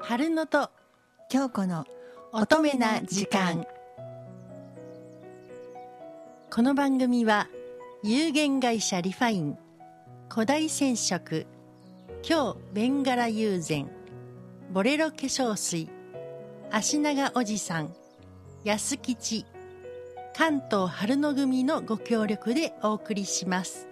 春野と京子の乙女な時間この番組は有限会社リファイン古代染色京ベンガラ友禅ボレロ化粧水足長おじさん安吉関東春の組のご協力でお送りします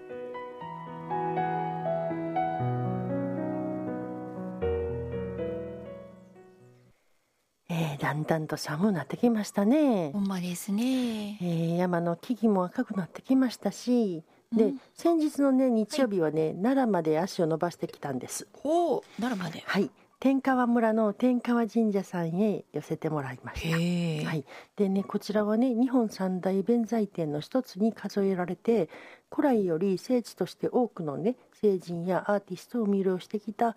えーだんだんと寒くなってきましたねほんまですねえー山の木々も赤くなってきましたし、で、うん先日のね日曜日はね、奈良まで足を伸ばしてきたんです。ほう奈良まではい、天川村の天川神社さんへ寄せてもらいました。へえ、はい、でねこちらはね日本三大弁財天の一つに数えられて古来より聖地として多くのね聖人やアーティストを魅了してきた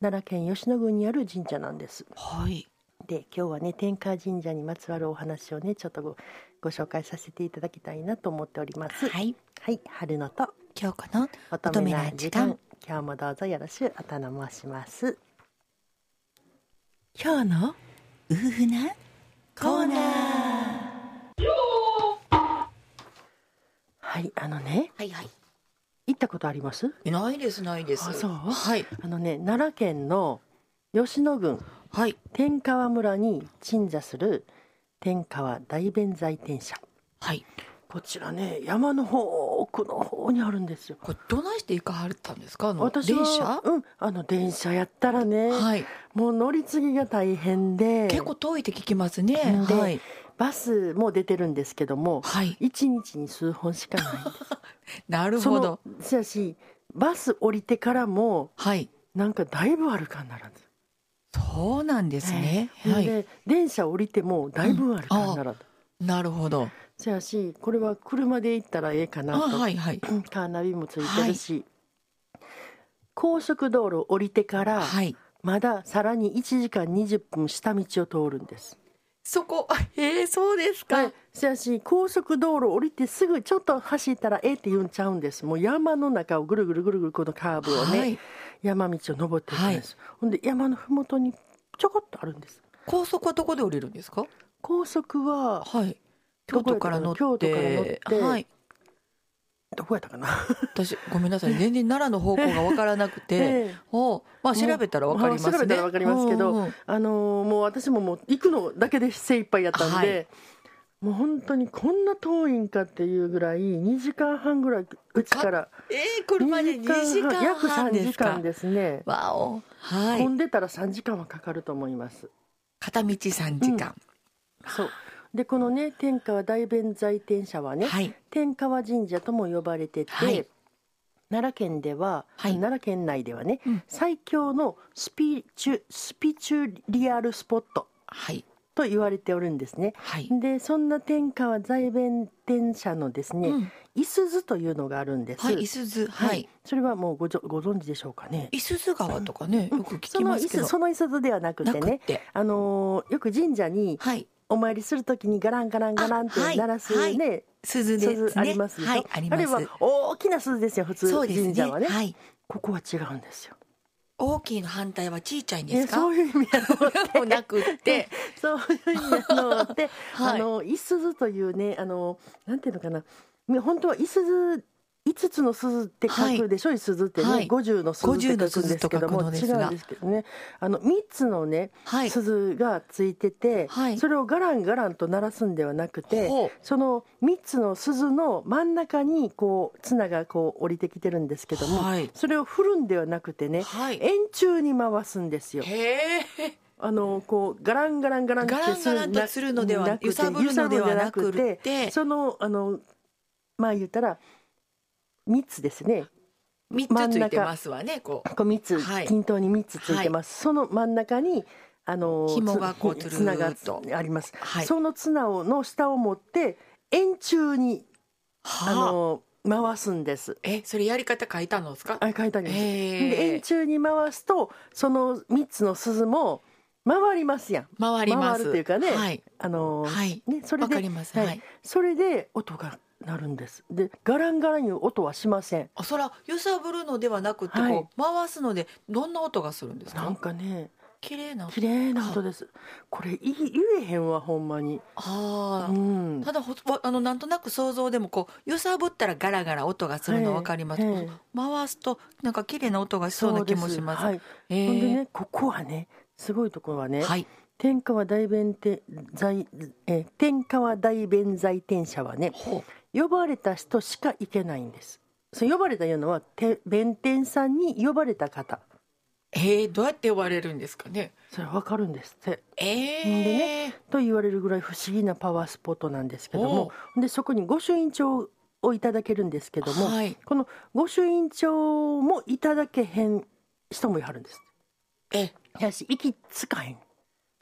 奈良県吉野郡にある神社なんです。はいで今日はね天川神社にまつわるお話をねちょっとごご紹介させていただきたいなと思っております。、はいい春のと京子の乙女な時間乙女な時今日もどうぞよろしくお頼もします。今日の夫婦なコーナーはいあのねはいはい行ったことあります？えないですないです。あそうはいあのね奈良県の吉野郡はい天川村に鎮座する天川大弁財天社はい。こちらね山の方奥の方にあるんですよ。これどないして行かはったんですかあの電私は車？うんあの電車やったらね、はい。もう乗り継ぎが大変で結構遠いって聞きますね。うんではいバスも出てるんですけどもはい。 1日に数本しかないんでなるすそほどの。せやしバス降りてからもはい。なんかだいぶ歩かんならんですそうなんですね。はほんい。で電車降りてもだいぶ歩かんならんなるほど。せやしこれは車で行ったらええかあなとはいはいカーナビもついてるし、高速道路降りてから、はい。まださらに1時間20分下道を通るんです。そこあへえそうですか。はい、せやし高速道路降りてすぐちょっと走ったらええって言うんちゃうんですもう山の中をぐるぐるぐるぐるこのカーブをね、はい。山道を登っていくんです、ほんで山の麓にちょこっとあるんです高速はどこで降りるんですか？高速ははい。京都から乗っどこやったかな京都てから乗ってはい。どこやったかな、私ごめんなさい全然奈良の方向がわからなくて。ええおまあ調べたらわかりますね。もう調べたらわかりますけどうんうん あのーもう私ももう行くのだけで精一杯やったんで、はもう本当にこんな遠いんかっていうぐらい2時間半ぐらいうちからえー、車で2時間約半3で時すか間。ですね、わお。は混い。んでたら3時間はかかると思います片道3時間。そうでこのね天川大弁財天社はね、はい。天川神社とも呼ばれてて、はい奈良県では、はい奈良県内ではね、うん最強のスピチュスピチュリアルスポットはい。と言われておるんですねはい。でそんな天川財弁天社のですね、うんいすずというのがあるんです、はい。いすず。はいはい。それはもうごぞご存知でしょうかねいすず川とかね、うんよく聞そきのまいすけすど。そのいすずではなくなてくっねて。あのーよく神社にはい。お参りするときにガランガランガランってあはい鳴らすね、鈴ですね。鈴ありますでしょ、はい。ありあまれす。は大きな鈴ですよ普通そうですね神社はねはい。ここは違うんですよ大きいの反対は小さいんいでやすか。そういう意味やろうもなく って。そういう意味やろうって、 はいあのいすずというねあのなんていうのかなね本当はいすず五つの鈴って書くでしょ、い、すずってはねい五十、の鈴って書くんですけども50違の鈴と書くのですがうんですけどねあの三つのねはい。鈴がついてて、はいそれをガランガランと鳴らすんではなくて、ほうその3つの鈴の真ん中にこう綱がこう降りてきてるんですけども、はい。それを振るんではなくてねはい。円柱に回すんですよ。へえ。あのこうガランガランガランってガランガランとするのではなくて揺さぶるのではなく揺さぶるんじゃなってそのあのまあ言ったら3つですね三つついてますわね。こう。こう3つ、はい均等に3つついてます、その真ん中にあの紐がこうつつる綱がーっとあります、はい。その綱をの下を持って円柱にはあの回すんですえ、それやり方書いたのですか。あれ書いてあります、でへ円柱に回すとその3つの鈴も回りますやん回ります回るっていうかねはいあの、はいねそれわかりでますははいい、それで音が鳴るんですでガランガランいう音はしませんあそら揺さぶるのではなくてこう、はい回すのでどんな音がするんですなんかかね綺麗な綺麗な音ですこれい言えへんわほんまにあうーんただほわあのなんとなく想像でもこう揺さぶったらガラガラ音がするの分かります、ええ回すとなんか綺麗な音がしそうな気もしますそうですえはい、えほんでねここはねすごいところはね、はい天川大弁天在えー天川大弁財天社はねほ呼ばれた人しか行けないんですその呼ばれたいうのはて弁天さんに呼ばれた方ええどうやって呼ばれるんですかねそれわかるんですってええと言われるぐらい不思議なパワースポットなんですけどもおでそこに御朱印帳をいただけるんですけども、はいこの御朱印帳もいただけへん人もいはるんですえやし息つかへん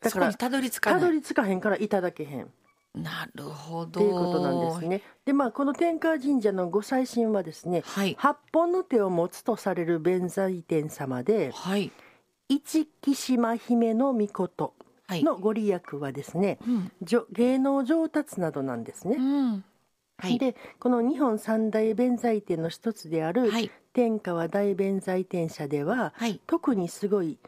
だそかこらにたどり着かたなどいり着かへんからいただけへんっなるほどていうことなんですねでまあこの天川神社のご祭神はですねはい八本の手を持つとされる弁財天様ではい一木島姫の御事はいのご利益はですねうんじょ芸能上達などなんですねうんはいでこの日本三大弁財天の一つであるはい天川大弁財天社でははい特にすごい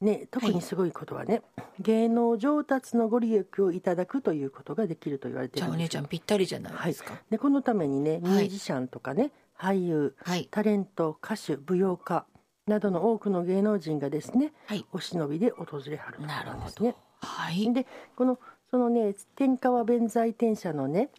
ね特にすごいことはね、芸能上達のご利益をいただくということができると言われてじゃるあおんで姉すちよゃんぴったりじゃないですかでこのためにねミはュいージシャンとかね、俳優はいタレント歌手舞踊家などの多くの芸能人がですねはいお忍びで訪れはるところなるなんでほすねど。はいでこのそのね天川弁財天社のね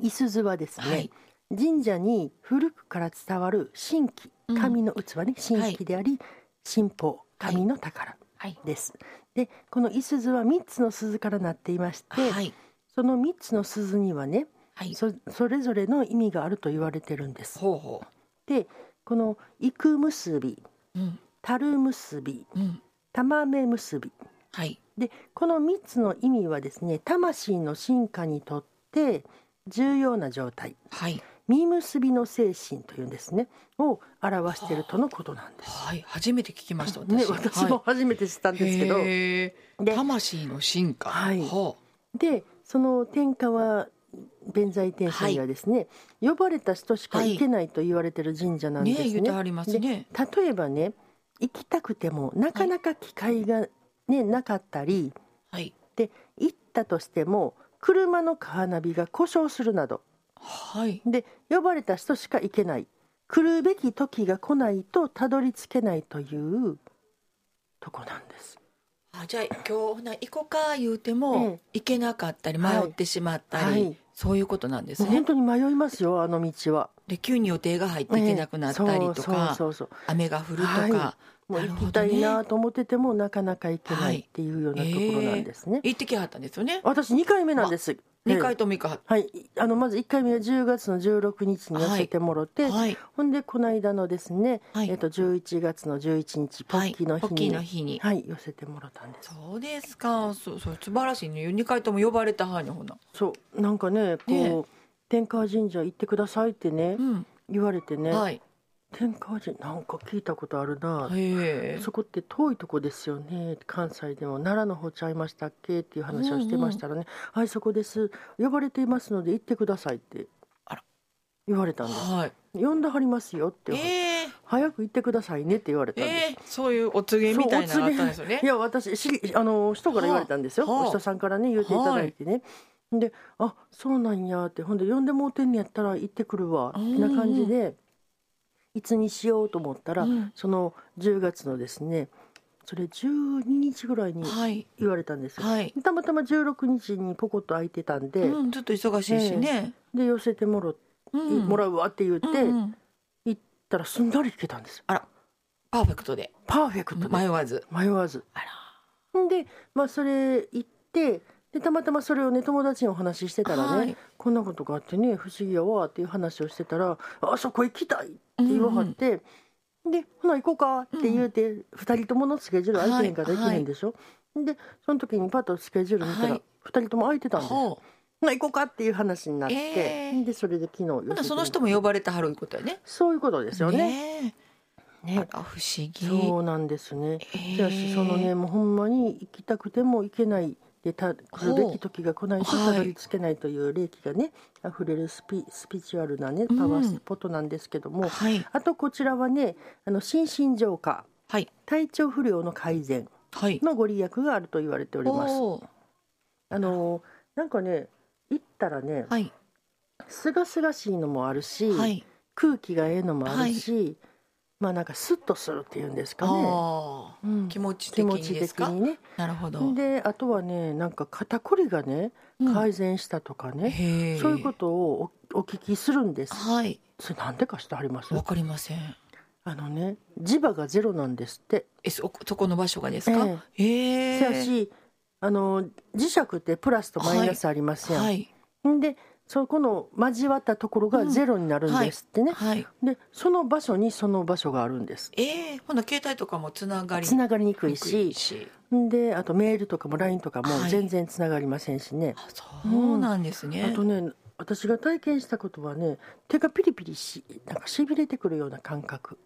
いすずはですね、はい神社に古くから伝わる神器うん神の器ね、神器であり、神宝神の宝はいです。でこのいすずは3つの鈴からなっていまして、はいその3つの鈴にはねはいそそれぞれの意味があると言われてるんです。ほうほでこの「幾結び」ううん「樽結び」うん「玉目結び」はいでこの3つの意味はですね魂の進化にとって重要な状態はい実結びの精神というんですねを表しているとのことなんです。はい初めて聞きました私,、ね、私も初めて知ったんですけど、へーで魂の進化はいほでその天川弁財天社にはですね、呼ばれた人しか行けないと言われてる神社なうんねですね。言ってありますね例えばね行きたくてもなかなか機会が、ねなかったりはいで行ったとしても車のカーナビが故障するなどはいで呼ばれた人しか行けない来るべき時が来ないとたどり着けないというとこなんです。あじゃあ今日ほな行こうか言うてえもえ行けなかったり迷ってしまったはり、いそういうことなんですもうね本当に迷いますよあの道は。で急に予定が入っていけなくなったえりとえそか、うそうそう雨が降るとか、はそうもう行きたいなるほどなねと思っててもなかなか行けはないいっていうようなところなんですね。行ってきはったんですよね私2回目なんです。二回とも行かはっはい、あのまず1回目は10月の16日に寄せてもろて、たはいほんでこの間のですね、はいえっと11月の11日ポはいッキーのポ日ッに、キーはのい日に、寄せてもらったんですそうですかそうそう素晴らしいね二回とも呼ばれたはんにほなそうなんかねこうね天川神社行ってくださいってね、うん言われてね、はい天川神なんか聞いたことあるな、へえそこって遠いとこですよね関西でも奈良の方ちゃいましたっけっていう話をしてましたらね、はいそこです呼ばれていますので行ってくださいってあら言われたんですはい呼んではりますよって言われてええ早く行ってくださいねって言われたんです。ええそういうお告げみたいなのがあったんですよねいや私知りあの人から言われたんですよ、はあはあお人さんからね言っていただいてね、で「あそうなんや」ってほんで「呼んでもうてんねやったら行ってくるわ」うみんたいな感じでいつにしようと思ったら、うんその10月のですねそれ12日ぐらいにはい言われたんですよ、はいたまたま16日にポコッと空いてたんで、うんちょっと忙しいしね、で寄せてもろ、うんもらうわって言って、うんうん行ったらすんなり行けたんですよあらパーフェクトでパーフェクトで迷わず迷わずあらで、まあ、それ行ってでたまたまそれをね友達にお話ししてたらね、はいこんなことがあってね不思議やわっていう話をしてたら「あそこ行きたい!」って言わはって、で「ほな行こうか」って言うて、二2人とものスケジュール空いてへんからはい行けへんでしょ、でその時にパッとスケジュール見たら、はい2人とも空いてたんですよほほな行こうかっていう話になって、えーでそれで昨日うほ寄なせそての人も呼ばれてはるいうことやねそういうことですよねねえねあら不思議そうなんですねえじゃあしそのねもうほんまに行きたくても行けないでた来るべき時が来ないとほうはたいどり着けないという霊気がね溢れるスピスピリチュアルなねうんパワースポットなんですけども、はいあとこちらはねあの心身浄化はい体調不良の改善はい。のご利益があると言われております。おーあのなんかね行ったらねはい。すがすがしいのもあるし、はい。空気がええのもあるし、まあなんかスッとするっていうんですかね、あうあ、ん気持ち気的持にちです的かに。ねなるほど。であとはねなんか肩こりがねうん改善したとかね、へえそういうことをおお聞きするんですはい。それなんでかしてありますわかりません。あのね磁場がゼロなんですって、え、そ、そこの場所がですか。へせえやしあの磁石ってプラスとマイナスありますやん、はい。んでそこの交わったところがゼロになるんですってね、はい。でその場所にその場所があるんですええ、ほな、携帯とかもつながり。つながりにくいにくしいし。であとメールとかも LINE とかもはい全然つながりませんしね、あそうなんですね。あとね私が体験したことはね手がピリピリしなんかしびれてくるような感覚、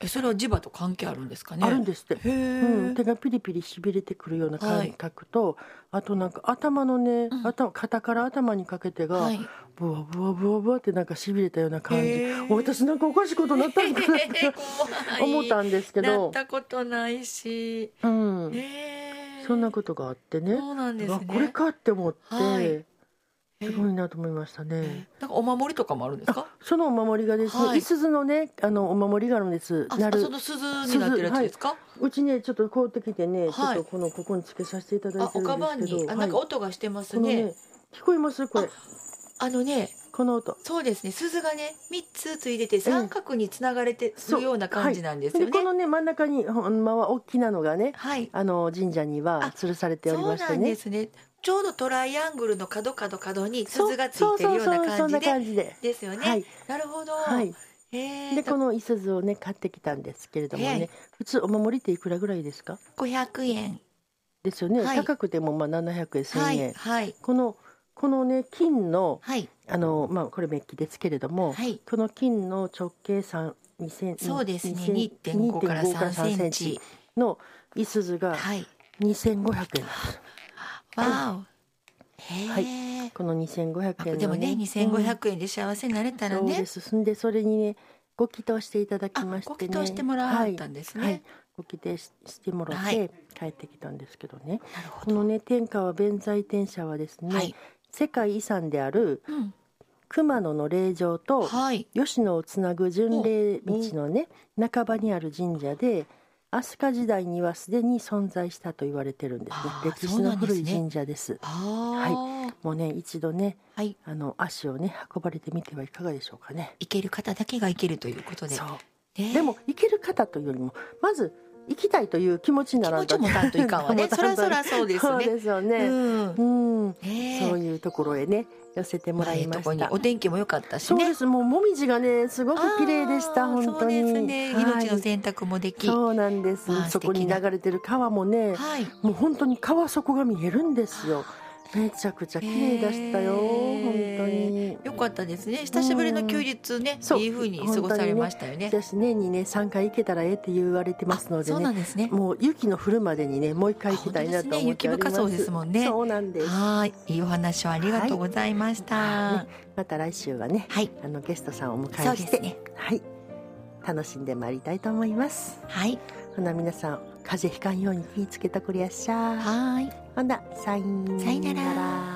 え、それは磁場と関係あるんですかね。あるんですって、へえ。うん、手がピリピリしびれてくるような感覚と、あとなんか頭のね、ん頭肩から頭にかけてが、はい。ブワブワブワブワってなんかしびれたような感じへー私なんかおかしいことになったんかなって 思ったんですけなどっ、たことないし。うん、ええ。そんなことがあってねそうなんですあね。これかって思って、はいすごいなと思いましたね。えーなんかお守りとかもあるんですか。そのお守りがですね、はいいすずのね、あのお守りがあるんです。あ、なあるそ。の鈴になってるやつですか。うちね、ちょっと買うてきてね、はいちょっとこのここにつけさせていただいあ、ておるんかばんですけに、ど。あ、なんかはい音がしてますこのねね。、聞こえます、これ。あのね、この音。そうですね、鈴がね、三つついてて、三角につながれてそうるような感じなんですよで、こね。のね、真ん中に、ほんまは大きなのがね、はい。あの神社にはあ吊るされておりそうましなてんでね。すね。ちょうどトライアングルの角角角にそう鈴がついてるようなそうそうそうそ感んじなで。感じで。ですよはねい。なるほど。はい。へえ。で、このいすずをね、買ってきたんですけれどもはねい、普通お守りっていくらぐらいですか。五百円。ですよね。はい高くても、まあ、700円、は1000い。円。はい。この、このね、金の。はい。あのまあこれメッキですけれども、はいこの金の直径3 2センそうですね。 2セン二点五から三センチ。のいすずがはい。 2500円です。わお。へえ。この2500円のね。でもね、二千五百円で幸せになれたらそうでね。す。んでそれにねご祈祷していただきあ、ましてごね。祈祷してもらったんですはいはいね。ご祈祷ししてもらっはてい帰ってきたんですけどね。なるほこど。のね天下は弁財天社はですね、はい。世界遺産であるうん。熊野の霊場と、はい。吉野をつなぐ巡礼道のね半ばにある神社で飛鳥時代にはすでに存在したと言われてるんですねあー歴史の古いそうなんですね神社ですあもうね一度ねあ。はい。あの足をね運ばれてみてはいかがでしょうかね行ける方だけが行けるということでそ。ねうでも行ける方というよりもまず行きたいという気持ちにな気ら持んとちもたんといかん わね。持そたらんとそらそうですそうね。ですよねうん。うん、ねそうういうところへね寄せてもらいまとこしにたお天気も良かったしそうでね。すもうもみじがねすごあくー綺麗でした本当にそうですね。はい命の選択もでき。はそうなんです、まあそこに素敵な流れてる川もね、い。もう本当に川底が見えるんですよめちゃくちゃ綺麗でしたよ、へー本当に良かったですね。久しぶりの休日ね、そういい風に過ごされましたよね。私年にね3回行けたらええって言われてますのでそうなねんですね。もう雪の降るまでにねもう一回行きたいなと思っておりますあ本当ですね雪深そうですもんねそうなんですはい、いいお話をありがとうございました。はねまた来週はねい、あのゲストさんをおそ迎えうでしすて、ね。はい楽しんでまいりたいと思いますはい、ほな皆さん風邪ひかんように気ぃつけてくれやっしゃはーい。ほなさいさよなら